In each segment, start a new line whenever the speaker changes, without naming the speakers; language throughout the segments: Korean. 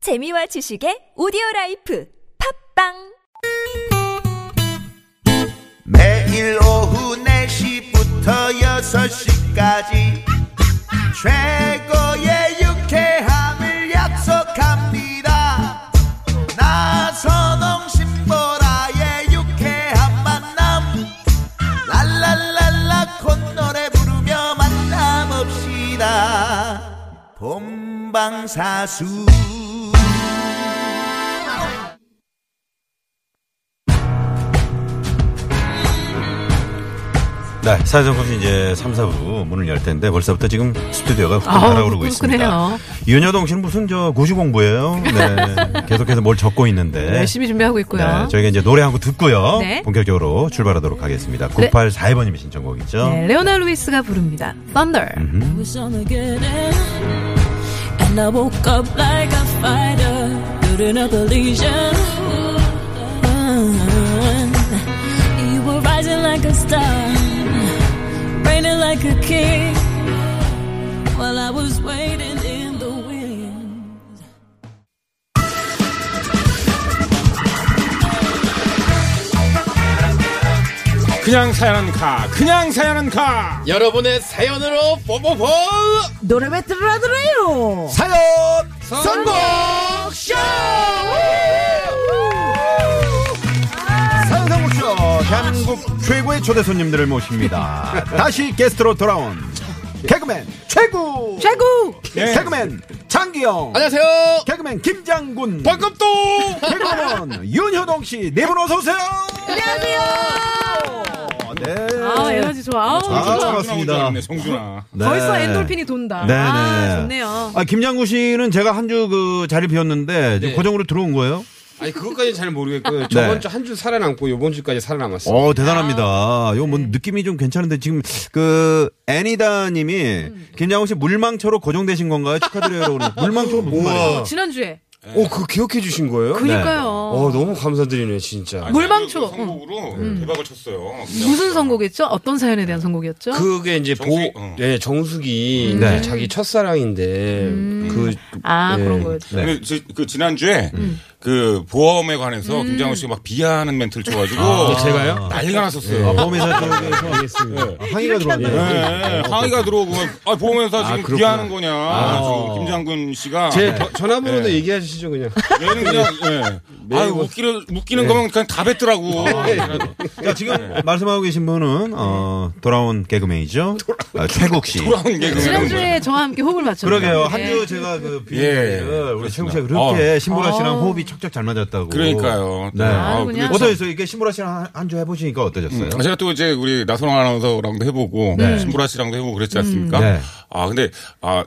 재미와 지식의 오디오 라이프 팝빵
매일 오후 4시부터 6시까지 최고의 유쾌함을 약속합니다 나선홍 신보라의 유쾌한 만남 랄랄랄라 콧노래 부르며 만남없시다 본방사수
네, 사회정품이 이제 3, 4부 문을 열 텐데 벌써부터 지금 스튜디오가 훅
아우,
날아오르고 있습니다.
그러네요.
윤여동 씨는 무슨 저 고시 공부예요? 네, 계속해서 뭘 적고 있는데.
열심히 준비하고 있고요.
네, 저희가 이제 노래 한 곡 듣고요.
네.
본격적으로 출발하도록 하겠습니다.
네.
9842번님의 신청곡이죠.
네, 레오나 루이스가 부릅니다. Thunder.
was on again and, and I woke up like a fighter, building up a legion. You were rising like a star, raining like a king, while I was waiting in the wind.
그냥 사연은 가 그냥 사연은 가
여러분의 사연으로 뽀뽀뽀
노래 왜 들어드려요?
사연
선곡
사회정품쇼 대한민국 최고의 초대 손님들을 모십니다. 다시 게스트로 돌아온
네.
개그맨 최고!
최고!
개그맨 장기영!
아, 네.
안녕하세요
개그맨ൻ 김장군
반갑도
개그맨 윤효동 씨, 네 분 어서 오세요.
네.
안녕하세요.
아, 에너지 좋아. 아우,
아,
좋아.
반갑습니다.
성준아
네.
벌써 엔돌핀이 돈다.
네네.
아, 좋네요.
아, 김장구 씨는 제가 한 주 그 자리 비웠는데 지금
네.
고정으로 들어온 거예요?
아니 그것까지 잘 모르겠고요 저번
네.
주 한 주 살아남고 요번 주까지 살아남았어요
어, 대단합니다. 이거 뭐 느낌이 좀 괜찮은데 지금 그 애니다 님이 김장구 씨 물망초로 고정되신 건가요? 축하드려요. 그러는데 물망초가 무슨 말이에요?
지난주에.
오 어, 그거 기억해 주신 거예요?
그니까요.
어 너무 감사드리네 진짜
물망초. 음.
선곡으로 대박을 쳤어요
무슨 선곡이었죠? 어떤 사연에 대한 선곡이었죠?
그게 이제
정숙이,
보,
어.
예, 정숙이 이제
네.
자기 첫사랑인데 그
아,
예.
그런 거였죠.
네.
근데 지- 그 지난주에
음.
그 보험에 관해서 김장훈 씨가 막 비하하는 멘트를 쳐가지고
아, 제가요?
난리가
아,
났었어요.
보험회사 쪽에서 아, 항의가 들어왔네요.
네, 항의가 들어오고 아, 보험회사 지금
그렇구나. 아.
비하하는 거냐? 그래서 김장군 씨가
제 저- 전화번호도
네.
얘기하시죠 그냥
얘는 그냥 예. 아유
뭐-
웃기는
네.
웃기는 거면 그냥 다 뱉더라고.
아,
그러니까 지금 말씀하고 계신 분은 어, 돌아온 개그맨이죠. 아, 최국 씨.
돌아온 게 그냥
지난주에 저와 함께 호흡을 네. 맞췄죠.
그러게요. 한 주 제가 그 비행기를 우리 최국 씨가 그렇게 신보라 씨랑 호흡이 척척 잘 맞았다고.
그러니까요.
네.
아,
아유, 그냥.
어떠셨어요? 이게 신보라 씨랑 한 주 해보시니까 어떠셨어요?
아, 제가 또 이제 우리 나선홍 아나운서랑도 해보고 신보라 씨랑도 해보고
음.
그랬지 않습니까?
네.
아 근데 아.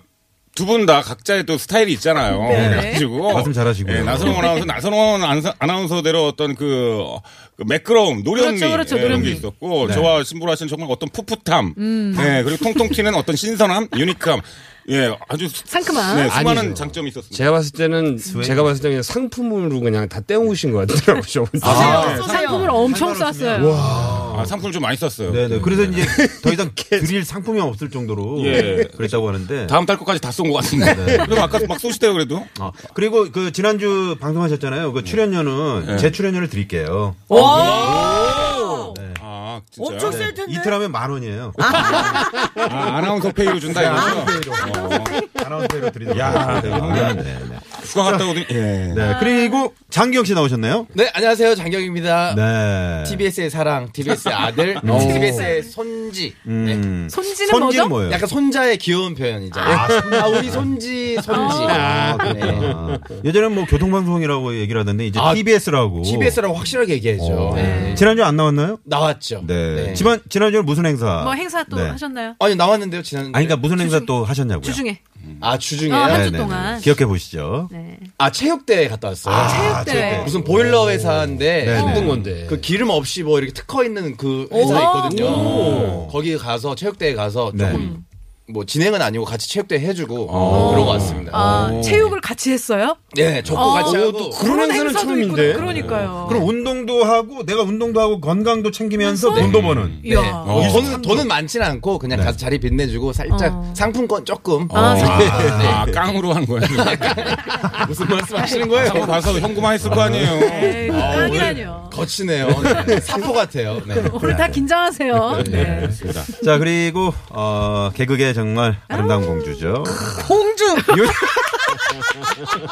두 분 다 각자의 또 스타일이 있잖아요.
네.
그래가지고
말씀 잘하시고요.
예, 나선홍 아나운서, 나선홍 아나운서- 아나운서대로 어떤 그, 어, 그 매끄러움, 노련미
그렇죠, 그렇죠,
예, 이런 게
노련미. 음.
있었고
네.
저와 신보라 씨는 정말 어떤 풋풋함, 예, 그리고 통통 튀는 어떤 신선함, 유니크함, 예, 아주 수-
상큼함.
네, 수많은
아니죠.
장점이 있었습니다.
제가 봤을 때는 제가 봤을 때는 그냥 상품으로 그냥 다 떼어오신 것 같더라고요 저번 주.
쏘세요, 쏘세요. 아, 상품을 엄청 쐈어요.
아, 상품 을좀 많이 썼어요.
네네. 그래서 이제 더 이상 드릴 상품이 없을 정도로
예.
그랬다고 하는데.
다음 달 거까지 다 쏜 것 같은데.
네.
그럼 아까 막 쏘시대요 그래도.
아, 그리고 그 지난주 방송하셨잖아요. 그 출연료는 제 출연료를 드릴게요.
네.
아, 진짜.
엄청 셀 텐데.
이틀 하면 만 원이에요.
아, 아나운서 페이로 준다 이거죠? 어,
아나운서로 드리도록
야,
하겠습니다. 네, 네.
휴가 갔다 오더니 예.
네. 그리고 장기영 씨 나오셨네요.
네, 안녕하세요. 장경입니다.
네. 어.
TBS의 사랑, TBS의 아들, TBS의 손지. 네.
음.
손지는
손지는
뭐죠?
뭐예요?
약간 손자의 귀여운 표현이잖아요. 아, 우리 손지, 손지.
아,
네.
그렇구나. 예전엔 뭐 교통방송이라고 얘기를 하던데 이제
아,
TBS라고.
TBS라고 확실하게 얘기해죠. 네.
지난주 안 나왔나요?
나왔죠.
어. 네. 지난 지난주 무슨 행사?
뭐 행사 또
네.
하셨나요?
아니, 나왔는데요, 지난.
아니 그러니까 무슨 행사 또 하셨냐고요?
주중에.
아, 주중에.
아, 한
네,
주
네,
동안.
네. 기억해 보시죠.
네.
아, 체육대회 갔다 왔어요.
아,
체육대회.
무슨 보일러 회사인데.
네네.
힘든 건
건데
네. 그 기름 없이 뭐 이렇게 특허 있는 그 회사 있거든요. 거기 가서 체육대회 가서 조금 뭐 진행은 아니고 같이 체육대 회 해주고 그러고 왔습니다.
아, 체육을 같이 했어요?
예, 적고
어.
같이
오,
하고
그런 행사는
행사도
처음인데.
있구나. 그러니까요.
그럼 운동도 하고 내가 운동도 하고 건강도 챙기면서 돈도 버는.
이야.
네.
어.
돈은 돈은 많진 않고 그냥 가서 자리 빛내주고 살짝 상품권 조금
아,
네.
아, 깡으로 한 거예요.
무슨 말씀하시는 거예요?
상품 봐서 현금만 했을 거 아니에요.
에이, 그
아, 오늘
깡이라뇨.
거치네요. 네. 사포 같아요. 네.
오늘 다 긴장하세요. 네.
그렇습니다.
자 그리고 어 개그계 정말 아름다운 공주죠.
공주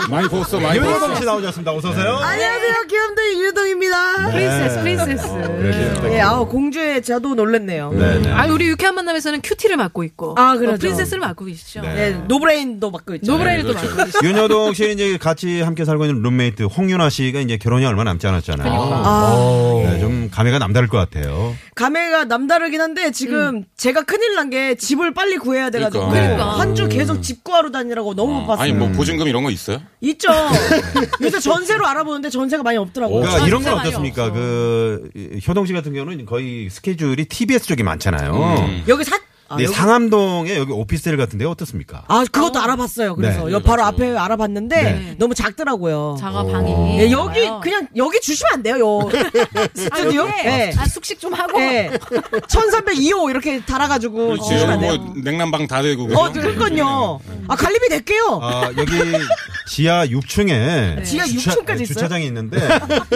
많이 보았어,
아,
많이
네.
보았어.
윤여동 씨 나오셨습니다. 어서 오세요. 네.
안녕하세요 귀염둥이 유동입니다.
예. 프린세스, 프린세스.
아,
네, 아우 공주에 저도 놀랐네요. 네.
네네.
아, 우리 유쾌한 만남에서는 큐티를 맡고 있고. 어,
아, 그러죠.
프린세스를 맡고 계시죠.
네, 노브레인도 맡고 있죠.
노브라인도
네,
맡고 계시죠.
윤여동 씨 이제 같이 함께 살고 있는 룸메이트 홍윤아 씨가 이제 결혼이 얼마 남지 않았잖아요.
그러니까.
네, 좀 감회가 남다를 것 같아요.
감회가 남다르긴 한데 지금 제가 큰일 난 게 집을 빨리 구해야 돼가지고
그러니까.
한 주 계속 집 구하러 다니라고 너무
어,
바빴어요.
아니, 뭐 보증금 이런 거 있어요?
있죠. 요새 전세로 알아보는데 전세가 많이 없더라고요.
그러니까
어,
이런 건
상관이
어떻습니까?
없어.
그 이, 효동 씨 같은 경우는 거의 스케줄이 TBS 쪽이 많잖아요.
여기 사. 아,
네,
여기-
상암동에 여기 오피스텔 같은데 어떻습니까?
아, 그것도 알아봤어요. 그래서
네.
여 바로 앞에 알아봤는데 너무 작더라고요.
자가
어.
방이.
예, 여기
좋아요.
그냥 여기 주시면 안 돼요. 요 스튜디오? 예.
아, 숙식 좀 하고.
예. 1302호 이렇게 달아가지고 주시면
지금
안 돼요.
뭐 냉난방 다 되고. 네.
어,
그죠?
그건요. 아, 갈리비 낼게요.
아, 여기 지하 6층에
네. 지하 육층까지 있어요?
주차장이 있는데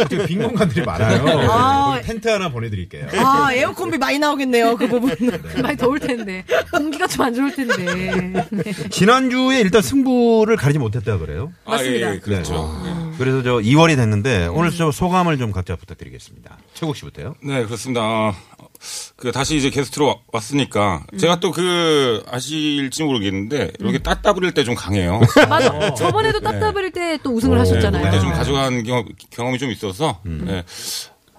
되게 빈 공간들이 많아요.
아.
거기 텐트 하나 보내드릴게요.
아, 에어컨비 많이 나오겠네요. 그 부분은.
많이 더울 텐데. 공기가 좀 안 좋을 텐데. 네.
지난주에 일단 승부를 가리지 못했다 그래요.
아, 맞습니다. 예, 예, 그렇죠.
네.
그래서 저 2월이 됐는데 오늘 저 소감을 좀 각자 부탁드리겠습니다. 최국 씨부터요.
네, 그렇습니다. 어, 그 다시 이제 게스트로 와- 왔으니까 제가 또 그 아실지 모르겠는데 이렇게 따따부릴 때 좀 강해요.
맞아. 저번에도 따따블일 때 또 우승을
어. 네. 그때
하셨잖아요.
네, 뭐
음.
좀 가져간 경험, 경험이 좀 있어서 네.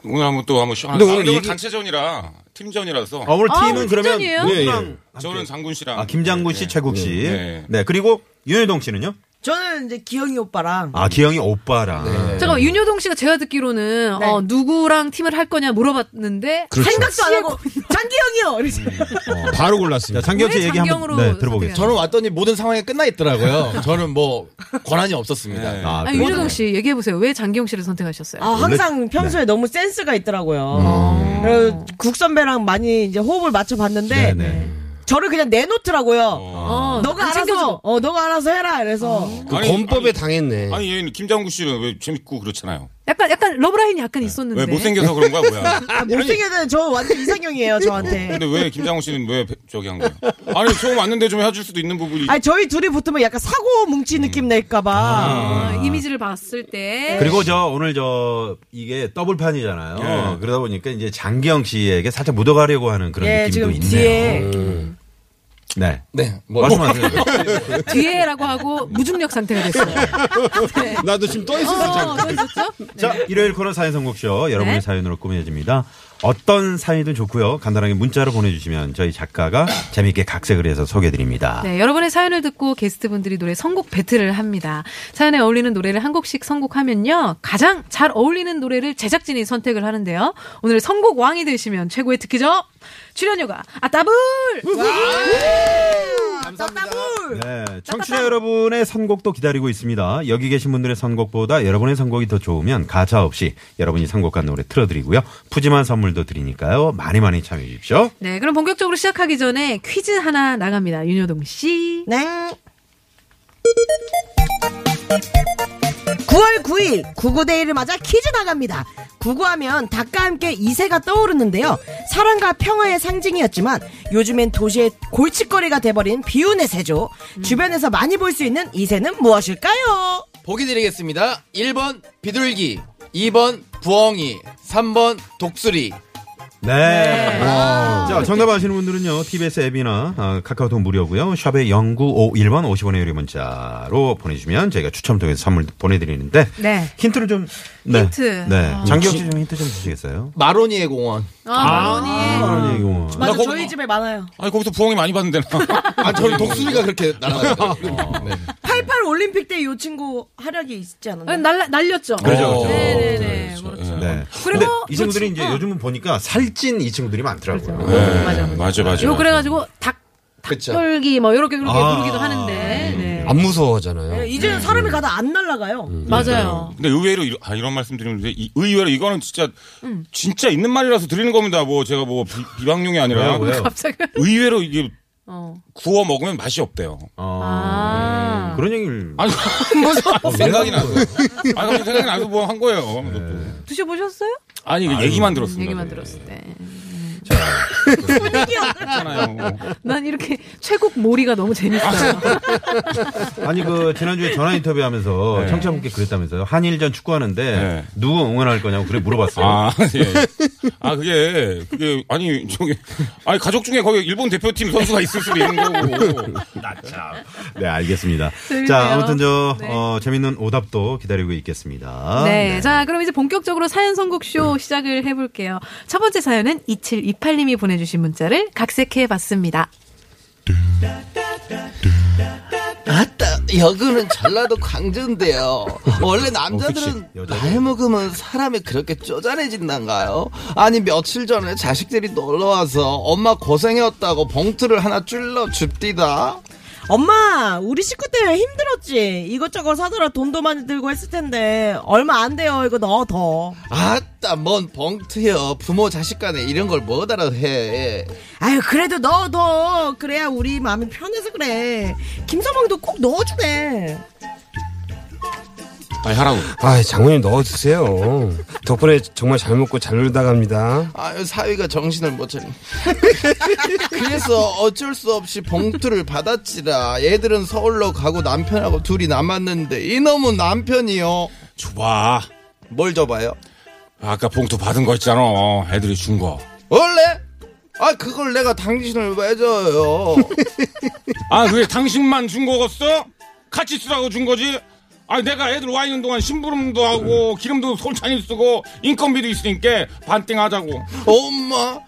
오늘 한번 또 한번 시원하게.
근데 오늘
아, 근데 오늘
이기- 어,
단체전이라 팀전이라서
아, 오늘
아,
팀은
오늘
그러면 네,
팀전이에요?
누구랑
저는 장군 씨랑
아 김장구 씨, 최국 씨.
네.
네 그리고 윤여동 씨는요.
저는 이제 기영이 오빠랑
아 기영이 오빠랑.
네.
잠깐 윤효동 씨가 제가 듣기로는
네.
어, 누구랑 팀을 할 거냐 물어봤는데
그렇죠.
생각도 안 하고 장기영이요. 이러지.
바로 골랐습니다.
자 장기영 씨
왜
얘기 한번
장기영으로
네, 들어보겠습니다.
저는 왔더니 모든 상황이 끝나 있더라고요. 저는 뭐 권한이 없었습니다.
아,
아,
그래요?
윤효동 씨 얘기해 보세요. 왜 장기영 씨를 선택하셨어요?
아,
네.
항상 평소에 너무 센스가 있더라고요. 그래서 국 선배랑 많이 이제 호흡을 맞춰 봤는데
음. 네네.
저를 그냥 내놓더라고요.
어,
너가
안 챙겨줘. 어.
알아서 어 너가 알아서 해라. 그래서
그
네. 아니,
권법에
아니,
당했네.
아니 얘는 김장구 씨는 왜 재밌고 그렇잖아요.
약간 약간 러브라인이 약간 있었는데.
왜 못생겨서 그런 거야 뭐야?
아, 못생겼는 저 완전 이상형이에요 저한테.
근데 왜 김장구 씨는 왜 배- 저기 한 거야? 아니 처음 왔는데 좀 해줄 수도 있는 부분이.
아니 저희 둘이 붙으면 약간 사고 뭉치 느낌 낼까봐.
아, 이미지를 봤을 때
그리고 저 오늘 저 이게 더블판이잖아요.
네.
그러다 보니까 이제 장기영 씨에게 살짝 묻어가려고 하는 그런
예
느낌도
지금
있네요.
뒤에
네.
네, 뭐
말씀하세요.
뒤에라고 하고 무중력 상태가 됐어요.
나도 지금 떠 있었어.
어,
잠깐.
그랬었죠?
자, 일요일 코너 사연 선곡쇼 여러분의
네.
사연으로 꾸며집니다. 어떤 사연이든 좋고요. 간단하게 문자로 보내주시면 저희 작가가 재미있게 각색을 해서 소개해드립니다.
네, 여러분의 사연을 듣고 게스트분들이 노래 선곡 배틀을 합니다. 사연에 어울리는 노래를 한 곡씩 선곡하면요. 가장 잘 어울리는 노래를 제작진이 선택을 하는데요. 오늘의 선곡 왕이 되시면 최고의 특기죠. 출연료가 아따불!
네, 청취자 여러분의 선곡도 기다리고 있습니다. 여기 계신 분들의 선곡보다 여러분의 선곡이 더 좋으면 가차 없이 여러분이 선곡한 노래 틀어드리고요. 푸짐한 선물도 드리니까요. 많이 많이 참여해 주십시오.
네, 그럼 본격적으로 시작하기 전에 퀴즈 하나 나갑니다. 윤효동 씨.
네. 9월 9일 구구데이를 맞아 퀴즈 나갑니다. 구구하면 닭과 함께 이세가 떠오르는데요. 사랑과 평화의 상징이었지만 요즘엔 도시의 골칫거리가 돼버린 비운의 새죠. 주변에서 많이 볼 수 있는 이세는 무엇일까요?
보기 드리겠습니다. 1번 비둘기, 2번 부엉이, 3번 독수리.
네.
아.
자, 정답 아시는 분들은요. TBS 앱이나 아, 카카오톡 무료고요. 샵에 0951번 50원의 유료 문자로 보내주시면 저희가 추첨 통해서 선물 보내드리는데
네.
힌트를 좀 네.
힌트.
네.
아.
장기혁 씨좀 힌트 좀 주시겠어요? 네.
마로니의 공원.
아,
그런 얘기고.
맞아,
거-
저희 집에 많아요.
아니 거기서 부엉이 많이 봤는데 나.
아, 저는 독수리가 그렇게 날아가요.
88 올림픽 때 이 친구 활약이 있지 않았나요?
어, 날, 날렸죠.
그렇죠,
어.
그렇죠.
네네네. 그렇죠.
네.
그리고
근데 이 친구들이
그 친-
이제
어.
그렇죠. 요즘은 보니까 살찐 이 친구들이 많더라고요.
네. 맞아 맞아. 맞아.
요 그래가지고 닭,
그쵸.
네.
닭돌기 뭐 이렇게 이렇게
아. 음.
부르기도 하는데. 네.
안 무서워하잖아요.
네, 이제는 사람이 가다 안 날아가요.
음.
맞아요.
근데 의외로 이런, 아, 이런 말씀 드리는데 이- 의외로 이거는 진짜 진짜 있는 말이라서 드리는 겁니다. 뭐 제가 뭐 비, 방용이 아니라
왜요, 왜요?
갑자기.
의외로 이게
어.
구워 먹으면 맛이 없대요.
아.
어. 그런 얘기를.
아니 무슨 생각이 나서 아니 갑자기 생각이 나서 뭐 한 거예요.
드셔보셨어요?
아니 이거 얘기만
음.
들었습니다.
얘기만
네.
들었을 때.
괜찮아요.
난 이렇게 최국 몰이가 너무 재밌어요.
아니, 그, 지난주에 전화 인터뷰 하면서 청취자분께 그랬다면서요. 한일전 축구하는데
네.
누구 응원할 거냐고 그래 물어봤어요.
아, 예. 아, 그게, 그게, 아니, 저기, 아니, 가족 중에 거기 일본 대표팀 선수가 있을 수도 있는 거고.
네, 알겠습니다.
재밌네요.
자, 아무튼 저,
네.
어, 재밌는 오답도 기다리고 있겠습니다.
네. 자, 그럼 이제 본격적으로 사연
음.
선곡쇼 시작을 해볼게요. 첫 번째 사연은 2728님이 보내주신 문자를 각색해 봤습니다.
아따 여기는 전라도 광주인데요. 원래 남자들은
그치. 여자들.
나이 먹으면 사람이 그렇게 쪼잔해진단가요? 아니 며칠 전에 자식들이 놀러 와서 엄마 고생했다고 봉투를 하나 찔러 줍디다.
엄마, 우리 식구 때문에 힘들었지. 이것저것 사느라 돈도 많이 들고 했을 텐데 얼마 안 돼요. 이거 넣어 더.
아따 뭔 봉투요. 부모 자식 간에 이런 걸 뭐다라 해.
아유, 그래도 넣어 더. 그래야 우리 마음이 편해서 그래. 김서방도 꼭 넣어주네.
아니, 하라고.
아, 장모님 넣어주세요. 덕분에 정말 잘 먹고 잘 놀다 갑니다.
아유 사위가 정신을 못 차리. 그래서 어쩔 수 없이 봉투를 받았지라. 얘들은 서울로 가고 남편하고 둘이 남았는데 이놈은 남편이요.
줘봐.
뭘 줘봐요?
아까 봉투 받은 거 있잖아. 애들이 준 거.
원래? 아 그걸 내가 당신을 왜 줘요?
아, 그게 당신만 준 거겠어? 같이 쓰라고 준 거지? 아, 내가 애들 와 있는 동안 심부름도 하고, 기름도 솔찬히 쓰고, 인건비도 있으니까 반띵하자고.
엄마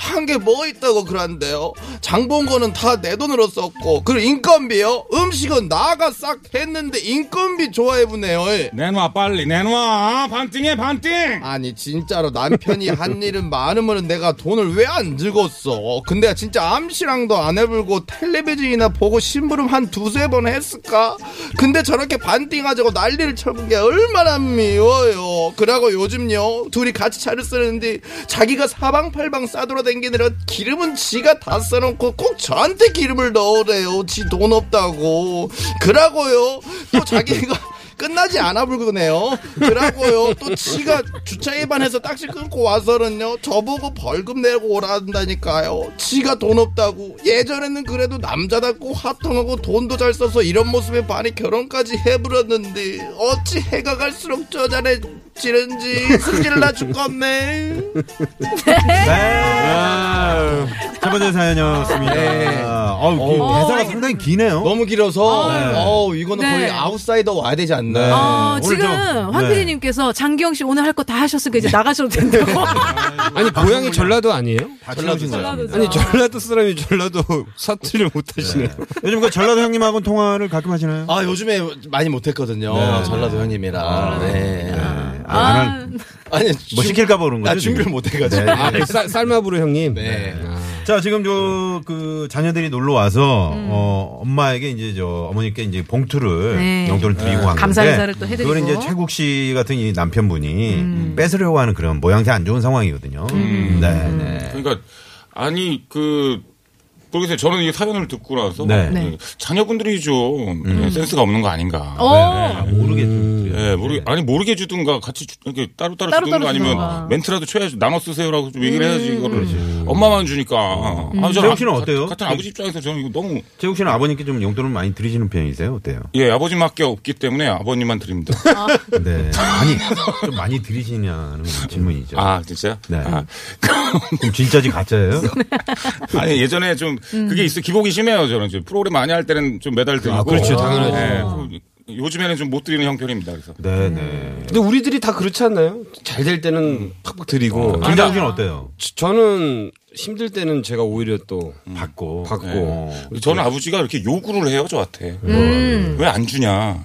한 게 뭐 있다고 그러는데요? 장본 거는 다 내 돈으로 썼고 그리고 인건비요? 음식은 나가 싹 했는데 인건비 좋아해보네요. 예.
내놔, 빨리, 내놔. 반띵해, 반띵!
아니 진짜로 남편이 한 일은 많으면 내가 돈을 왜 안 들었어 근데 진짜 암시랑도 안 해불고 텔레비전이나 보고 심부름 한 두세 번 했을까 근데 저렇게 반띵하자고 난리를 쳐본 게 얼마나 미워요 그러고 요즘요 둘이 같이 차를 쓰는데 자기가 사방팔방 싸돌아댕기느라 기름은 지가 다 써놓고 꼭 저한테 기름을 넣으래요 지 돈 없다고 그러고요 또 자기가 끝나지 않아 불그네요. 그러고요. 또 지가 주차 위반해서 딱지 끊고 와서는요. 저보고 벌금 내고 오란다니까요. 지가 돈 없다고. 예전에는 그래도 남자답고 화통하고 돈도 잘 써서 이런 모습에 반해 결혼까지 해버렸는데 어찌 해가 갈수록 쪼잔해지는지 승질 나 죽겠네.
네.
네. 첫 번째 사연이었습니다.
네.
어우, 기-
어우.
대사가 상당히 기네요.
길어서
어우,
이거는
네. 거의
아웃사이더 와야 되지
네.
않나.
어,
오늘
지금
좀,
황
네.
p d 님께서 장기영 씨 오늘 할 거 다 하셨으니까 이제 나가셔도 된다고.
아니, 고향이 전라도 아니에요?
다 채워진 거예요.
아니,
어,
전라도 사람이 전라도 사투리를 못하시네.
요즘 그 전라도 형님하고는 통화를 가끔 하시나요?
아 요즘에 많이 못했거든요 전라도 형님이랑
네. 아, 안 할-
아니
뭐 시킬까 봐 그런 거죠.
나 준비를
지금?
못해가지고.
네.
아, 쌀- 쌀마부로 형님?
네.
아.
자, 지금 저, 그, 자녀들이 놀러 와서, 어, 엄마에게 이제 저, 어머니께 이제 봉투를,
네.
용돈을 드리고 간
감사
건데
인사를 또 해드리고.
그걸 이제 최국 씨 같은 이 남편분이 뺏으려고 하는 그런 모양새 안 좋은 상황이거든요. 네, 네.
그러니까 아니 그 모르겠어요. 저는 이 사연을 듣고 나서 음,
네.
네.
자녀분들이 좀 센스가 없는 거 아닌가.
어,
아, 모르겠죠.
예, 모르
네.
아니 모르게 주든가 같이 주, 이렇게 따로 따로,
따로
주든가 음.
따로
아니면
주든가.
멘트라도 쳐야지 나눠 쓰세요라고 좀 얘기를 해야지 이거를 엄마만 주니까. 아, 저는
세훈 씨는
아-
어때요?
같은 아버지 입장에서 저는 이거 너무
최국 씨는 아버님께 좀 용돈을 많이 드리시는 편이세요? 어때요?
예 아버지밖에 없기 때문에 아버님만 드립니다.
네. 아니, 좀 많이 드리시냐는 질문이죠.
아 진짜?
네.
아,
그럼 진짜지 가짜예요?
아니 예전에 좀 그게 있어 기복이 심해요 저는 좀 프로그램 많이 할 때는 좀 매달 드리고.
그렇죠. 당연하죠.
예, 그- 요즘에는 좀 못 드리는 형편입니다. 그래서.
네, 네.
근데 우리들이 다 그렇지 않나요? 잘 될
음.
때는 팍팍 드리고.
김장욱씨는 어때요?
저- 저는 힘들 때는 제가 오히려 또
받고.
받고.
어.
저는 아버지가 이렇게 요구를 해요 저한테 왜 안 주냐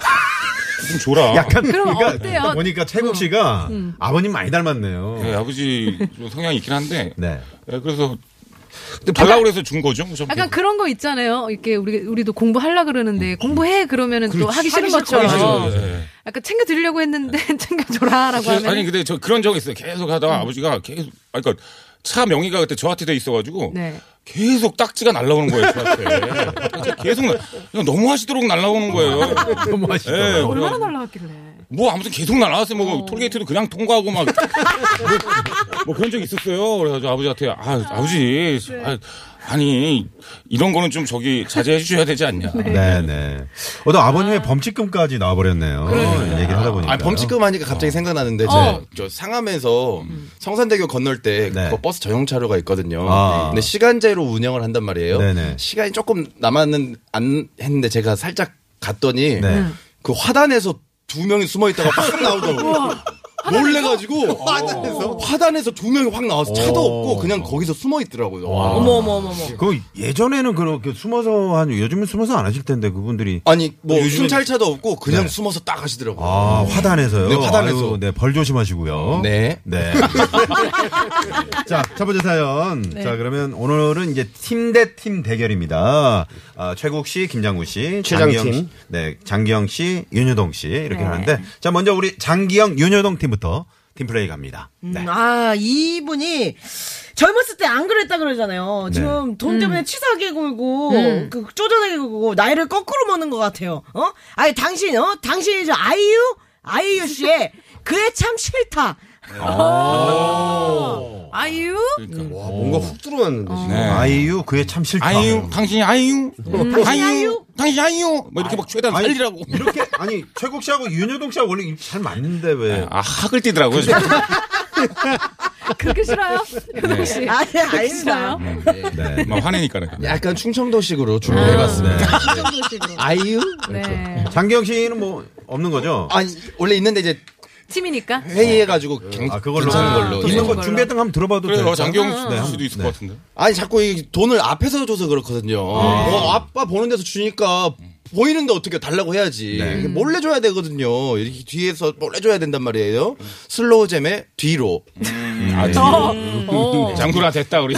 좀 줘라
약간
그럼
그러니까
어때요?
보니까 최국 씨가 아버님 많이 닮았네요.
그 예, 네, 아버지 좀 성향이 있긴 한데
네.
예, 그래서 근데 달라고 해서 준 거죠. 무슨
약간 그런 거 있잖아요. 이렇게 우리 우리도 공부하려 그러는데 공부해 그러면은 또 하기 싫은 것처럼
예.
약간 챙겨 드리려고 했는데 챙겨 줘라라고 하면
아니 근데 저 그런 적 있어요. 계속 하다가
음.
아버지가 계속 아그니까차 명의가 그때 저한테 돼 있어가지고
네.
계속 딱지가 날라오는 거예요. 저한테 진짜 계속 날- 그냥 너무 하시도록 날라오는 거예요.
아, 너무
예,
하시더라고요.
그래가지고
얼마나 날라왔길래.
뭐 아무튼 계속 날라왔어요. 뭐 톨게이트도 그냥 통과하고 막 뭐 그런 적 있었어요. 그래가지고 아버지한테 아 아버지
네.
아, 니 이런 거는 좀 저기 자제해 주셔야 되지 않냐.
네네. 어떤 아버님의 범칙금까지 나와버렸네요. 얘기를 하다 보니까.
아, 범칙금 하니까 갑자기 생각나는데
어.
제가 저 상암에서 성산대교 건널 때
네.
그 버스 전용차로가 있거든요.
아.
근데 시간제로 운영을 한단 말이에요.
네네.
시간이 조금 남았는 안 했는데 제가 살짝 갔더니
네.
그 화단에서 두 명이 숨어 있다가 팍 나오더라고요. 놀래가지고
어.
화단에서 두 명이 확 나와서 차도
오.
없고 그냥 거기서 숨어 있더라고요.
어머 어머 어머 어머.
아. 그 예전에는 그렇게 숨어서 한 요즘은 숨어서 안 하실 텐데 그분들이
아니 뭐
요즘엔-
순찰차도 없고 그냥
네.
숨어서 딱 하시더라고요.
아 화단에서요.
네, 화단에서.
아유, 네, 벌 조심하시고요.
네.
네. 자, 첫 번째 사연. 자, 그러면 오늘은 이제 팀 대 팀 대결입니다. 아, 최국 씨, 김장구 씨,
최장
장기영
팀.
씨, 네, 장기영 씨, 윤효동 씨 이렇게 하는데 자, 먼저 우리 장기영, 윤효동 팀부터 팀 플레이 갑니다. 네.
아 이분이 젊었을 때 안 그랬다 그러잖아요.
네.
지금 돈 때문에 치사하게 굴고 그 쪼잔하게 굴고 나이를 거꾸로 먹는 것 같아요. 어? 아니 당신 어 당신이 저 아이유 아이유 씨의 그애 참 싫다.
네.
아유.
와, 뭔가 훅 들어왔는데 지금.
네.
아이유 그게 참 싫다.
아유, 당신이 아유,
당신이 아유?
당신 아유, 뭐 이렇게 막 최대한
아니,
살리라고.
이렇게 아니 최국 씨하고 윤효동 씨하고 원래 잘 맞는데 왜?
아, 학을 띠더라고요. 지금.
그렇게 싫어요? 윤호 씨.
아니 아닙니다.
싫어요?
네.
막 화내니까. 내가.
약간 충청도식으로 준비해봤습니다. 아이유?
네.
장기영 씨는 뭐 없는 거죠?
아니 원래 있는데 이제
팀이니까.
네. 회의해가지고 경-
아, 그걸로
괜찮은 걸로.
있는
예.
거 준비했던 거 한번 들어봐도
그래,
돼요.
어, 장기영
네,
씨도
한-
수도 있을
네.
것 같은데.
아니 자꾸 이 돈을 앞에서 줘서 그렇거든요. 어, 아빠 보는 데서 주니까 보이는데 어떻게 달라고 해야지.
네.
이게 몰래 줘야 되거든요. 이렇게 뒤에서 몰래 줘야 된단 말이에요. 슬로우잼의 뒤로.
아,
어.
장군아 됐다 우리.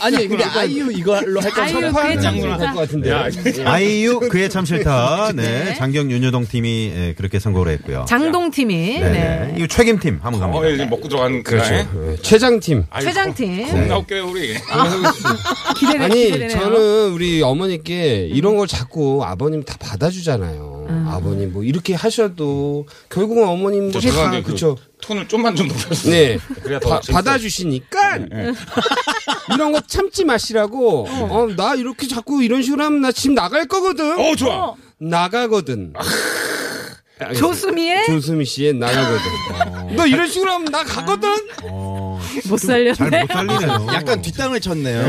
아니 근데 그러니까 아이유 이걸로 할까
아유, 그게 참 진짜.
같은데.
아이유 그게 참 싫다. 네, 장경 윤여동 팀이 예, 그렇게 선곡을 했고요.
장동 팀이.
네,
네.
네. 이 최김 팀 한번
어,
갑니다.
이제 먹고 들어가는
그렇죠.
거네.
예. 최장팀.
아이고,
최장 팀.
겁나 웃겨요 우리. 아,
기대되,
아니,
기대되네요.
저는 우리 어머니께 이런 걸 자꾸 아버님 다 받아주잖아요. 아버님 뭐 이렇게 하셔도 결국은 어머님
저
뭐
죄송한데
다
그
그쵸.
톤을 좀만 좀 높여주세요.
네.
그래야 더
바-
재밌어요. 네,
받아주시니까 이런 거 참지 마시라고. 어, 나 이렇게 자꾸 이런 식으로 하면 나 지금 나갈 거거든.
어 좋아.
나가거든.
조수미의
조수미 씨의 나가거든. 어. 너 이런 식으로 하면 나 가거든.
못
잘
살렸네.
못 살리네요.
약간 뒷땅을 쳤네요.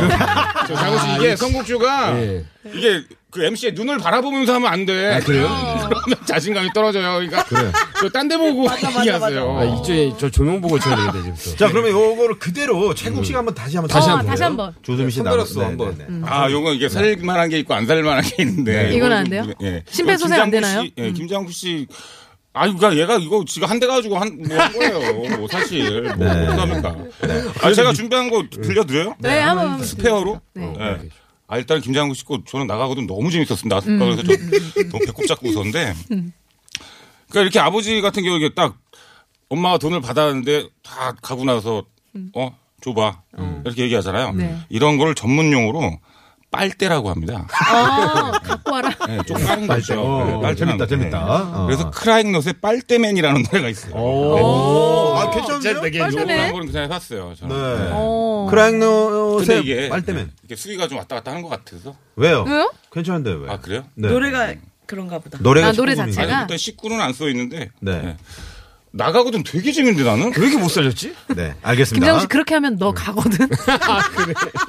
저 장훈 씨 이게 성국주가
예.
이게 그 MC의 눈을 바라보면서 하면 안 돼.
그래요?
그러면 자신감이 떨어져요. 그러니까 딴 데 보고 얘기하세요.
아, 이쪽에 저 조명 보고 쳐야 되겠다, 지금부터.
자, 그러면 요거를 그대로 최국
음.
씨가 한번 다시 한번
다시
어,
한번. 다시 한번. 음.
조수미 씨 네,
손들었어,
나갔어
한번.
아, 요건 이게 살만한 게 있고 안 살만한 게 있는데.
네. 이건 안 돼요?
예.
심폐소생
이거
안 되나요? 음.
김장국 씨, 예, 김장국 씨. 아니, 그니까 얘가 이거 지가 한 대 가지고 한, 뭐 한 거예요. 뭐 사실. 뭐,
네.
어떡합니까. 아, 제가 준비한 거 들려드려요?
네, 한번.
스페어로?
네.
예. 아, 일단 김장국 씨 거 저는 나가거든 너무 재밌었습니다.
음.
그래서 저 너무 배꼽 잡고 웃었는데. 그러니까 이렇게 아버지 같은 경우 이게 딱 엄마가 돈을 받았는데 다 가고 나서 어 줘봐 이렇게 얘기하잖아요.
음. 네.
이런 걸 전문 용어로 빨대라고 합니다.
어, 갖고 와라.
네, 좀 빠른
빨대.
거죠.
어,
네,
재밌다,
빨대라는 거.
재밌다.
네.
어.
그래서 크라잉넛의 빨대맨이라는 노래가 있어요.
아, 괜찮은데요?
그런
빨대네.
거는 그냥 해봤어요. 저는.
네.
어.
근데
크라잉넛의
이게 네.
빨대맨.
이게 수위가 좀 왔다 갔다 하는 것 같아서.
왜요?
왜요?
괜찮은데 왜?
아 그래요?
네.
노래가 그런가 보다.
노래가
아, 노래
최국음이네.
아니
제가?
일단 19는 안 써 있는데.
네.
나가거든 되게 재밌는데 나는.
왜 이렇게 못 살렸지?
네, 알겠습니다.
김장훈 씨 그렇게 하면 너 가거든.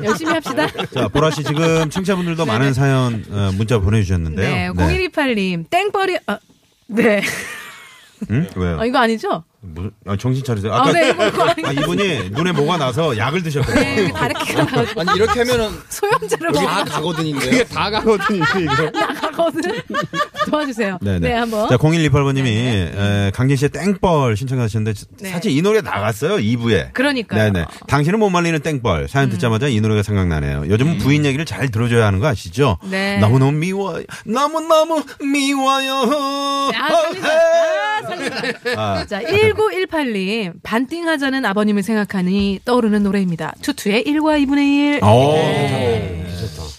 열심히 합시다.
자, 보라 씨
네,
지금 청취자분들도 많은 사연 어, 문자 보내주셨는데요.
네, 0128님 땡벌이 아, 네.
음? 왜요?
아, 이거 아니죠?
무슨, 아, 정신 차리세요.
아,
아까
네, 이거 그거 아니에요.
아, 이분이 눈에 뭐가 나서 약을
네,
드셨거든요.
이거 다르게가 나가지고
아니 이렇게 하면은
소염제로
여기
먹
다 가거든인데.
그게 다 가거든요, 이거.
나가거든. 도와주세요. 네,
네네.
한번.
자, 0128번님이 강진 씨의 땡벌 신청하셨는데
네.
사실 이 노래 나갔어요 2부에.
그러니까요. 음.
네네. 당신은 못 말리는 땡벌 사연 듣자마자 이 노래가 생각나네요. 요즘 은 부인 얘기를 잘 들어줘야 하는 거 아시죠?
네.
너무 너무 미워요. 너무 너무 미워요.
아, 살린다. 아, 살린다.
아.
자, 1918님. 반띵하자는 아버님을 생각하니 떠오르는 노래입니다. 투투의 1과 2분의
네.
1.
오. 어,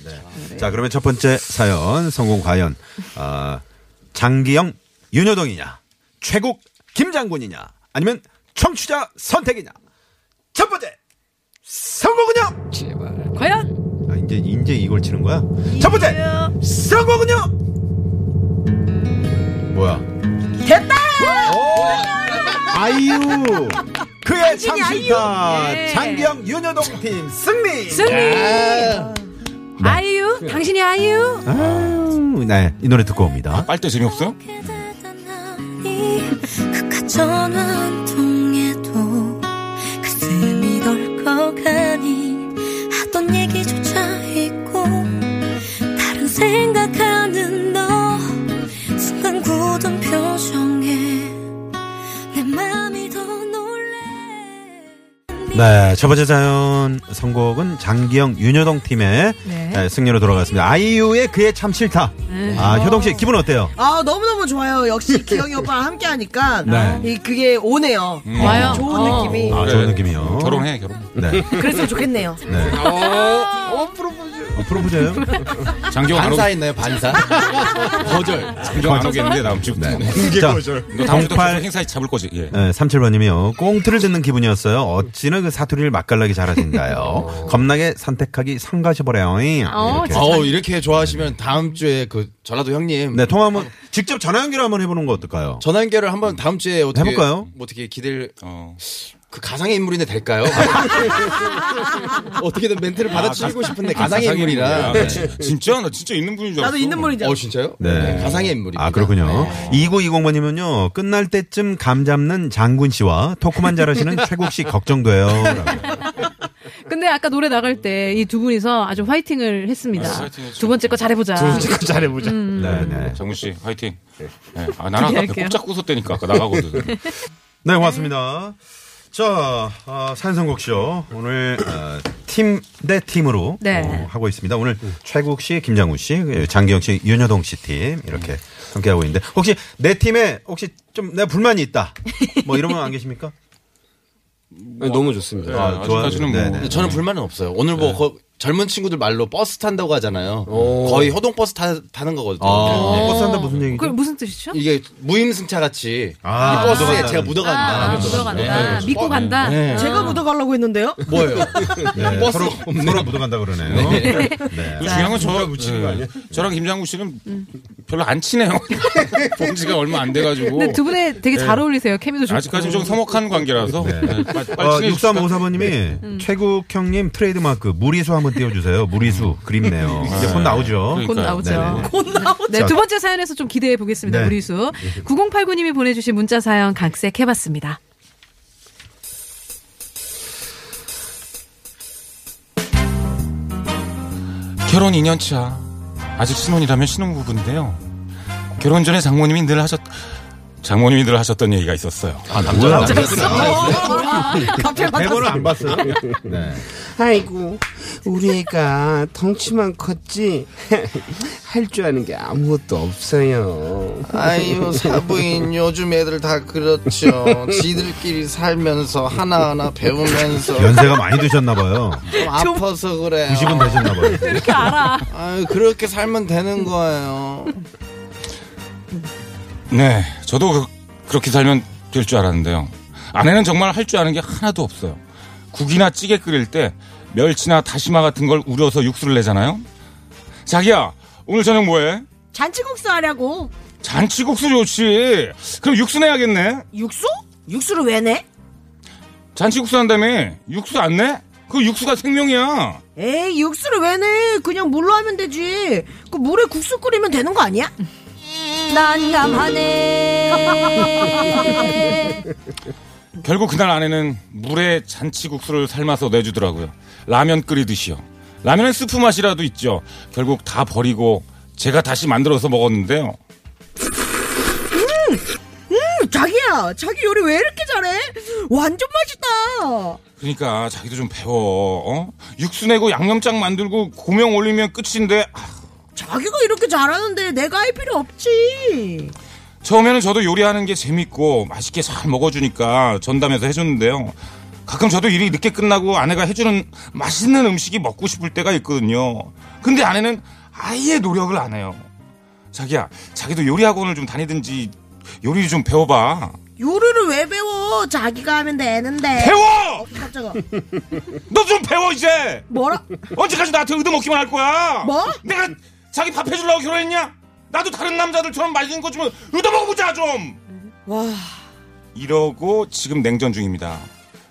네. 자, 그러면 첫 번째 사연 성공 과연 아, 장기영 윤여동이냐, 최국 김장군이냐, 아니면 청취자 선택이냐. 첫 번째 성공은요.
과연?
아, 이제 이제 이걸 치는 거야? 첫 번째 성공은요. 뭐야?
됐다!
아이유 그의
장진이 아이유. 예.
참신타
네.
장기영 윤여동 팀 승리.
승리! 아이유? 당신이 아이유?
아유, 네, 이 노래 듣고 옵니다.
빨대 재미없어요?
음.
그가 전화 한 통에도 가슴이 덜컥하니 하던 얘기조차 잊고 다른 생각하는 너 순간 굳은 표정에 내 맘이 더 놀래
네, 첫 번째 사연 선곡은 장기영 윤여동 팀의
네.
네, 승리로 돌아갔습니다. 아이유의 그의 참 싫다. 아, 효동 씨 기분 어때요?
아 너무너무 좋아요. 역시 기영이 오빠랑 함께 하니까
네. 음.
이 그게 오네요.
와요.
좋은
어.
느낌이
아, 좋은 느낌이요.
음. 결혼해 결혼.
네.
그랬으면 좋겠네요.
네.
어, 프로포즈.
어, 프로포즈예요?
장기영 안
반사
오겠-
있나요, 반사?
거절. 장기영 안 오겠는데 다음 주부터.
자,
너 다음 주부터
네. 공팔-
계속 행사에 잡을 거지. 예.
네, 37번 님이요. 꽁트를 듣는 기분이었어요. 어찌나 그 사투리를 맛깔나게 잘하신다요. 겁나게 선택하기 성가셔버려요.
어,
이렇게.
진짜.
어, 이렇게 좋아하시면 다음 주에 그 전라도 형님
네, 통화 한번 직접 전화 연결 한번 해보는 거 어떨까요?
전화 연결을 한번 다음 주에 어떻게
해볼까요?
뭐 어떻게 기대를
어.
그 가상의 인물인데 될까요? 어떻게든 멘트를 받아치고 싶은데 가상의 인물이라.
네. 진짜 나 진짜 있는 분인 줄 알았어.
나도 있는 분이죠.
어 진짜요?
네.
가상의 인물입니다.
아, 그렇군요. 2920번님은요, 끝날 때쯤 감 잡는 장군 씨와 토크만 잘하시는 최국 씨 걱정돼요. 라고.
근데 아까 노래 나갈 때 이 두 분이서 아주 화이팅을 했습니다.
아, 화이팅했죠.
두 번째 거 잘해보자.
잘해보자.
음.
네, 네.
장군 씨 화이팅. 네. 아, 나는 아까
기대할게요.
배꼽 잡고 웃었다니까 아까 나가거든.
네, 고맙습니다. 자, 아, 산성곡쇼. 오늘, 아, 팀, 대 팀으로
네.
어, 하고 있습니다. 오늘 최국 씨, 김장훈 씨, 장기영 씨, 윤여동 씨 팀 이렇게 함께하고 있는데 혹시 내 팀에 혹시 좀 내 불만이 있다. 뭐 이런 분 안 계십니까?
너무 좋습니다.
아,
아,
좋아요.
아직까지는
네,
뭐.
네.
저는 불만은 없어요. 오늘 뭐 거- 젊은 친구들 말로 버스 탄다고 하잖아요. 거의 허동 버스 타, 는 거거든요. 네.
버스 한다 무슨 얘기죠?
그 무슨 뜻이죠?
이게 무임승차 같이
아,
이 버스에
묻어간다는.
제가 묻어간다.
아, 묻어간다. 믿고 간다.
네.
제가 묻어가려고 했는데요.
뭐예요?
네,
버스
서로 서로 묻어간다 그러네요. 네.
그 중요한 건 저, 예. 저랑 김장국 씨는 별로 안 친해요. 본 지가 얼마 안 돼가지고.
근데 두 분의 되게 잘 어울리세요. 케미도 좋고.
아직까지 좀 서먹한 관계라서. 네. 빨리, 빨리
어,
친해집시다. 네.
6354번님이 음. 최국 형님 트레이드마크 무리수 한번 띄워주세요. 무리수 그립네요. 이제 곧 나오죠.
곧
그러니까요.
나오죠.
네네.
곧 나오죠. 네, 두 번째 사연에서 좀 기대해 보겠습니다.
네.
무리수. 9089님이 보내주신 문자 사연 각색해 봤습니다.
결혼 2년 차. 아직 신혼이라면 신혼부부인데요. 결혼 전에 장모님이 늘 하셨, 장모님이 늘 하셨던 얘기가 있었어요.
아, 남자
카페
대본을 안 봤어요. 네.
아이고, 우리 애가 덩치만 컸지 할 줄 아는 게 아무것도 없어요.
아유 사부인 요즘 애들 다 그렇죠. 지들끼리 살면서 하나하나 배우면서
연세가 많이 드셨나 봐요.
좀 아파서 그래요.
90은 되셨나 봐요.
이렇게 알아.
아유 그렇게 살면 되는 거예요.
네. 저도 그, 렇게 살면 될 줄 알았는데요. 아내는 정말 할 줄 아는 게 하나도 없어요. 국이나 찌개 끓일 때 멸치나 다시마 같은 걸 우려서 육수를 내잖아요. 자기야, 오늘 저녁 뭐해?
잔치국수 하려고.
잔치국수 좋지. 그럼 육수 내야겠네.
육수? 육수를 왜 내?
잔치국수 한다며 육수 안 내? 그 육수가 생명이야.
에이 육수를 왜 내? 그냥 물로 하면 되지. 그 물에 국수 끓이면 되는 거 아니야?
난감하네.
결국 그날 아내는 물에 잔치국수를 삶아서 내주더라고요. 라면 끓이듯이요. 라면의 스프 맛이라도 있죠. 결국 다 버리고 제가 다시 만들어서 먹었는데요.
음, 자기야, 자기 요리 왜 이렇게 잘해? 완전 맛있다.
그러니까 자기도 좀 배워. 어? 육수 내고 양념장 만들고 고명 올리면 끝인데 아,
자기가 이렇게 잘하는데 내가 할 필요 없지.
처음에는 저도 요리하는 게 재밌고 맛있게 잘 먹어주니까 전담해서 해줬는데요. 가끔 저도 일이 늦게 끝나고 아내가 해주는 맛있는 음식이 먹고 싶을 때가 있거든요. 근데 아내는 아예 노력을 안 해요. 자기야, 자기도 요리 학원을 좀 다니든지 요리 좀 배워봐.
요리를 왜 배워? 자기가 하면 되는데.
배워!
깜짝아.
너 좀 배워 이제.
뭐라?
언제까지 나한테 의도먹기만 할 거야?
뭐?
내가 자기 밥 해주려고 결혼했냐? 나도 다른 남자들처럼 맛있는 거 좀 의도먹어보자 좀.
와,
이러고 지금 냉전 중입니다.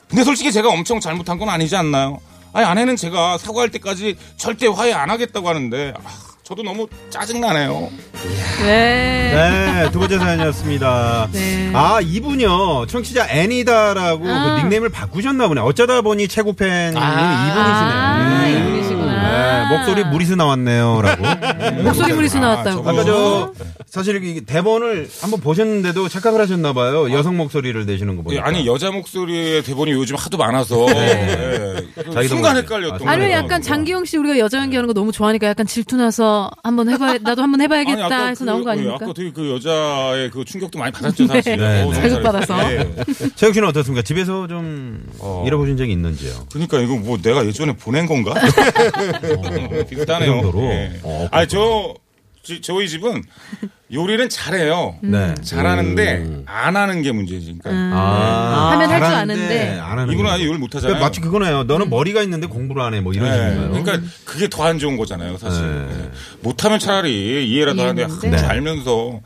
근데 솔직히 제가 엄청 잘못한 건 아니지 않나요? 아니 아내는 제가 사과할 때까지 절대 화해 안 하겠다고 하는데 아, 저도 너무 짜증나네요.
네.
네, 두 번째 사연이었습니다.
네.
아, 이분요. 청취자 애니다라고
아.
그 닉네임을 바꾸셨나 보네. 어쩌다 보니 최고 팬이
아,
이분이시네요. 음.
이분이시구나.
네, 목소리 무리수 나왔네요. 라고. 음.
목소리 무리수 나왔다고.
저거.
아까
어.
저 사실 이 대본을 한번 보셨는데도 착각을 하셨나 봐요. 여성 목소리를 내시는 거
예,
보니까.
아니 여자 목소리의 대본이 요즘 하도 많아서 예, 그
네. 자기도
순간
모르게.
헷갈렸던
아,
아니면 약간 장기영 씨 우리가 여자 연기하는 거 너무 좋아하니까 약간 질투 나서 한번 해봐 나도 한번 해봐야겠다 해서 나온 거 아닙니까?
그 아까 되게 그 여자의 그 충격도 많이 받았죠 사실.
네,
어,
네.
너무
자극받아서.
잘했어요. 예.
최욱 씨는 어떻습니까? 집에서 좀
어.
잃어보신 적이
음.
있는지요?
그러니까 이거 뭐 내가 예전에 보낸 건가? 어, 비슷하네요.
그 정도로?
예.
어,
아니 저 지- 저희 집은 요리는 잘해요.
네.
잘하는데
음.
안 하는 게 문제지. 그러니까
아,
하면 할줄
잘하는데
아는데. 음.
안 하는
이분은
거예요.
아예 요리 못 하잖아요.
그러니까 마치 그거네요. 너는 머리가 있는데 공부를 안 해. 뭐 이런
네.
식인가요?
그러니까 그게 더 안 좋은 거잖아요, 사실.
네.
네. 못하면 차라리 이해라도 하는데
이해했는데.
하,
네.
알면서.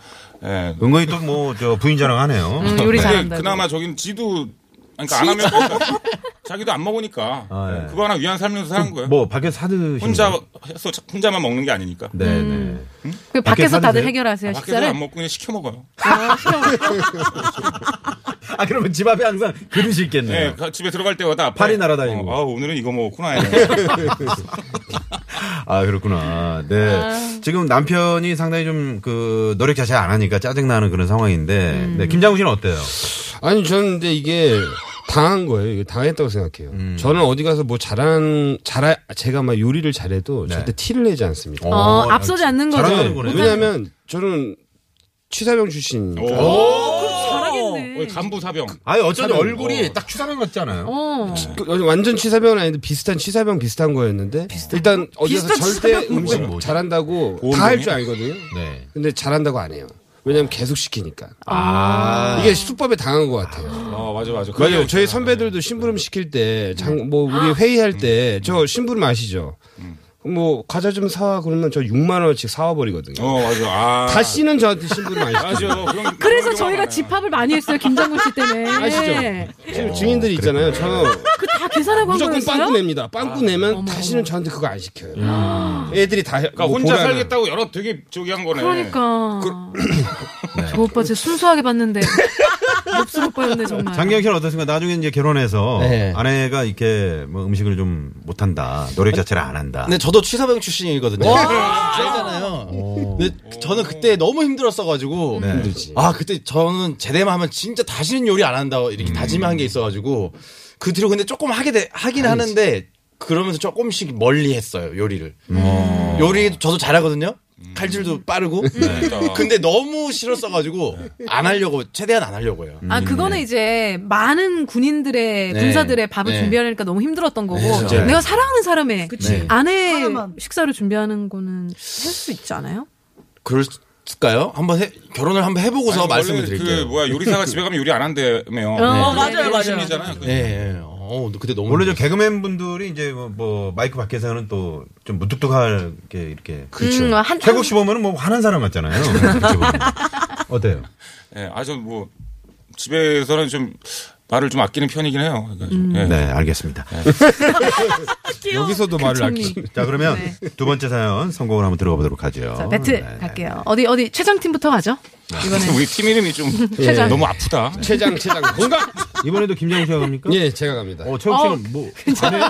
예.
은근히 또 뭐 저 부인 자랑하네요.
음, 요리
근데
잘한다고.
아, 그나마 저긴 지도 그러니까 안 하면 그러니까 자기도 안 먹으니까
아, 네.
그거 하나 위안 삼면서 사는 거예요.
뭐 밖에서 사드신
혼자
거예요?
해서 자- 혼자만 먹는 게 아니니까.
네, 네.
그 밖에서
밖에서
다들
하는데요?
해결하세요
밖에서
네, 식사를.
안 먹고 그냥 시켜 먹어요.
아 그러면 집 앞에 항상 그릇이
네,
있겠네요.
가- 집에 들어갈 때마다 아빠가,
팔이 날아다니고.
어, 아 오늘은 이거 먹었구나.
아 그렇구나. 네.
아.
지금 남편이 상당히 좀 그 노력 자체 안 하니까 짜증 나는 그런 상황인데.
음.
네. 김장우 씨는 어때요?
아니 저는 근데 이게 당한 거예요. 이거 당했다고 생각해요. 저는 어디 가서 뭐 잘한 잘 제가 막 요리를 잘해도
네.
절대 티를 내지 않습니다.
어, 앞서지 않는 거죠. 어,
잘하는 거네.
왜냐하면 저는 취사병 출신.
오,
잘하겠네.
어, 간부 사병.
아니 어쩐지 얼굴이
어.
딱 추사람 같잖아요.
어.
그, 어, 완전 취사병은 아닌데 비슷한 취사병 비슷한 거였는데 일단 어디 가서
비슷한
절대
취사병은
음식
뭐야, 뭐지?
잘한다고 다 할 줄 알거든요.
네.
근데 잘한다고 안 해요. 왜냐면 계속 시키니까.
아.
이게 수법에 당한 것 같아요.
어 맞아 맞아. 그게
맞아요. 저희 선배들도 심부름 시킬 때, 장, 뭐, 우리 회의할 때, 저 심부름 아시죠? 뭐, 과자 좀 사와, 그러면 저 6만원씩 사와버리거든요.
어 맞아. 아
다시는 저한테 심부름 안 시켜요.
맞아. 그럼
그래서
그런
저희가
경우가
집합을 많이 했어요 김장군 씨 때문에. 네.
아시죠? 지금 증인들이 있잖아요. 저
그다 계산하고 한
무조건 빵꾸
거였어요?
냅니다.
아,
빵꾸 내면 다시는 저한테 그거 안 시켜요. 아. 애들이 다,
음.
뭐
그러니까 혼자 살겠다고 여러 되게 저기 한 거네.
그러니까. 저 오빠 제 순수하게 봤는데 몹쓸 오빠였네 정말.
장경 씨는 어떻습니까? 나중에 이제 결혼해서
네.
아내가 이렇게 뭐 음식을 좀 못한다, 노력 자체를 안 한다.
근데 저도 취사병 출신이거든요. 알잖아요. 근데 저는 그때 너무 힘들었어가지고.
음.
네.
힘들지.
아, 그때 저는 제대만 하면 진짜 다시는 요리 안 한다. 이렇게
음.
다짐한 게 있어가지고. 그 뒤로 근데 조금 하게 돼, 하긴 하는데 그러면서 조금씩 멀리 했어요. 요리를.
음.
요리 저도 잘하거든요. 칼질도
음.
빠르고.
네.
근데 너무 싫었어가지고 안 하려고, 최대한 안 하려고 해요.
아 그거는 이제 많은 군인들의
네.
군사들의 밥을
네.
준비하려니까 너무 힘들었던 거고
네, 진짜요.
내가 사랑하는 사람의 네.
그치.
아내
사람은.
식사를 준비하는 거는 할 수 있지 않아요?
그럴까요? 한번 해- 결혼을 한번 해보고서
아니,
말씀을
원래
드릴게요.
그 뭐야 요리사가 집에 가면 요리 안 한대며. 네.
어, 맞아요, 맞아요.
심이잖아요.
네.
예, 예. 어, 그때 너무.
원래 저 개그맨 분들이 이제 뭐, 뭐 마이크 밖에서는 또 좀 무뚝뚝하게 이렇게
그렇죠. 음, 한-
최국 씨 보면은 뭐 화난 사람 같잖아요. 그렇죠.
아,
어떻게 보면. 어때요?
예, 아전 뭐 집에서는 좀 말을 좀 아끼는 편이긴 해요. 그러니까
음,
좀, 예.
네, 알겠습니다.
여기서도 말을
정리.
아끼.
자, 그러면
그 네.
두 번째 사연 성공을 한번 들어가보도록 하죠.
자, 배트
네, 네.
갈게요. 어디 어디 최장 팀부터 가죠. 이번에
우리 팀 이름이 좀 예,
최장.
너무 아프다.
최장 최장 공감.
이번에도 김장훈 씨가 갑니까?
예, 제가 갑니다.
어, 최욱 씨는 뭐
괜찮아요?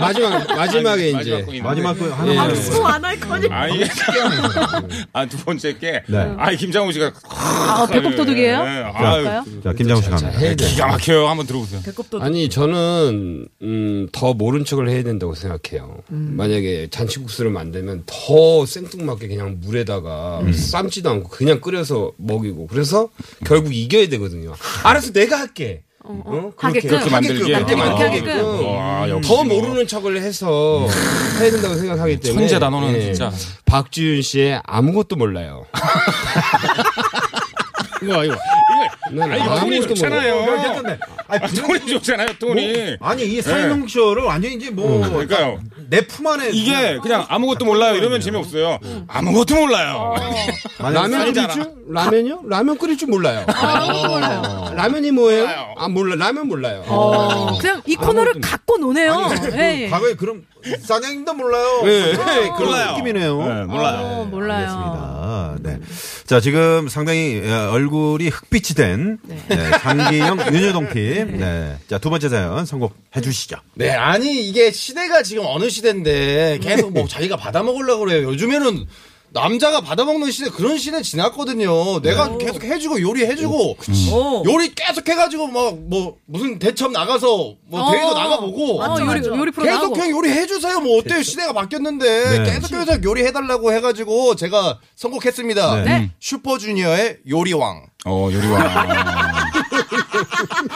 마지막 마지막에 이제
마지막 거인데.
마지막 거 하나만
예.
해주세요.
수고 뭐 안 할 거니?
아, 이게 아두 번째 게.
네.
아, 김장우 씨가
아, 배꼽 도둑이에요?
예, 예. 아유,
볼까요?
자, 김장훈 씨가
자,
갑니다.
해야 돼.
기가 막혀요. 한번 들어보세요.
아니 저는 음, 더 모른 척을 해야 된다고 생각해요.
음.
만약에 잔치국수를 만들면 더 생뚱맞게 그냥 물에다가
음.
삶지도 않고 그냥 끓여서 먹이고 그래서 결국 이겨야 되거든요. 알아서 내가 할게. 어,
하게끔.
그렇게 만들게.
그렇게
아,
만들게끔. 음.
하게끔.
와, 역시
더
뭐.
모르는 척을 해서 해야 된다고 생각하기 때문에 예.
천재다, 너는 진짜.
박지윤 씨의 아무것도 몰라요.
이거, 이거.
난
아니, 돈이
네, 아무것도 뭐 몰라요.
좋잖아요. 아, 돈이 좋잖아요, 돈이.
뭐, 아니, 이 사연 쇼를 완전히 이제 뭐
그러니까요.
음.
내 품 안에
이게 그냥 아무것도 몰라요. 이러면 재미없어요. 아무것도
어.
몰라요.
라면 끓일
살잖아.
줄 라면요? 라면 끓일 줄 몰라요.
라면이 몰라요.
어, 라면이 뭐예요?
아. 몰라요.
아 몰라 라면 몰라요.
어, 그냥 이 코너를 갖고 노네요. 예.
과거에 그럼 사장님도 몰라요.
네,
예.
어,
몰라요.
느낌이네요.
네, 몰라요.
어, 몰라요.
알겠습니다. 네. 자, 지금 상당히 어, 얼굴이 흑빛이 된 네, 장기영 윤여동 팀. 네. 자, 두 번째 사연 선곡해 주시죠.
네, 아니 이게 시대가 지금 어느 시대인데 계속 뭐 자기가 받아먹으려고 그래요. 요즘에는 남자가 받아먹는 시대 그런 시대 지났거든요. 내가 계속 해주고 요리해주고 음. 요리 계속 해가지고 막 뭐 무슨 대첩 나가서 뭐 대회도
어.
나가보고
어, 요리, 요리 프로
계속
나오고.
그냥 요리해주세요. 뭐 어때요? 시대가 바뀌었는데
네.
계속 해서 요리해달라고 해가지고 제가 선곡했습니다.
네.
슈퍼주니어의 요리왕.
어, 요리왕.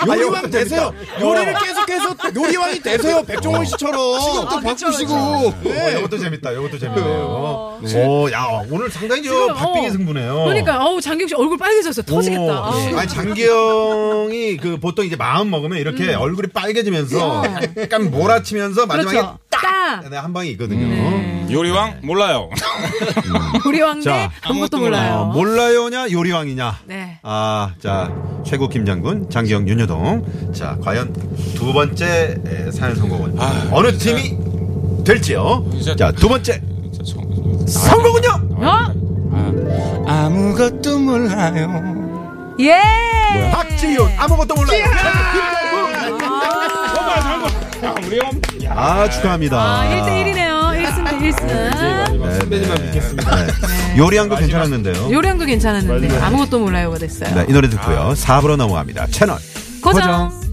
요리왕 되세요. 요리를 계속해서 요리왕이 되세요. 백종원 씨처럼. 지금도 바꾸시고.
어, 이것도 재밌다. 이것도 어. 재밌네요. 오, 야, 오늘 상당히 저
어. 지금,
박빙의
어.
승부네요.
그러니까 어우 장경 씨 얼굴 빨개졌어. 터지겠다.
오,
아우.
예. 아니, 장기영이 그 보통 이제 마음 먹으면 이렇게 얼굴이 빨개지면서 약간 몰아치면서 마지막에
그렇죠. 딱
네, 한 방이 있거든요.
요리왕? 몰라요.
우리 왕대
자,
아무것도
아무것도
몰라요.
어, 몰라요냐 요리왕이냐.
네.
아, 자 최고 김장군 장기영 윤여동. 자 과연 두 번째 에, 사연 성공은
아,
어느 팀이 될지요?
진짜-
자 두 번째
진짜 처음.
성공은요?
어?
아, 아무것도 몰라요.
예.
박지윤 아무것도 몰라요.
정말 잘못. 야, 우리 형.
아 축하합니다.
아, 1대1이네요. 1승 대 1승.
선배님만 믿겠습니다. 요리왕도 괜찮았는데요.
요량도 괜찮았는데 아무것도 몰라요가 됐어요.
네, 이 노래 듣고요. 4부로 넘어갑니다. 채널
고정.